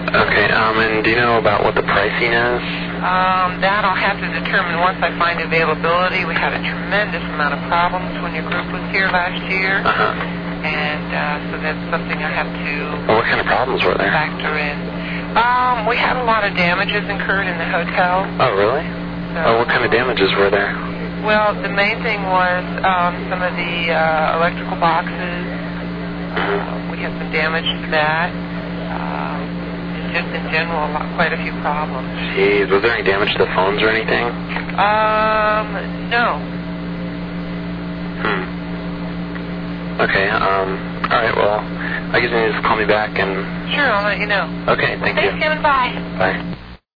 Okay, um, and do you know about what the pricing is? Um, that I'll have to determine once I find availability. We had a tremendous amount of problems when your group was here last year, Uh-huh. and uh, so that's something I have to Well, what kind of problems were there? factor in. Um, we had a lot of damages incurred in the hotel. Oh, really? So, Oh, what kind of damages were there? Well, the main thing was um, some of the uh, electrical boxes. Uh, we had some damage to that. Um, just in general, a lot, quite a few problems. Jeez, was there any damage to the phones or anything? Um, no. Hmm. Okay, um, alright, well, I guess you need to call me back and, Sure, I'll let you know. okay, thank Thanks, you. Kevin. Bye. Bye.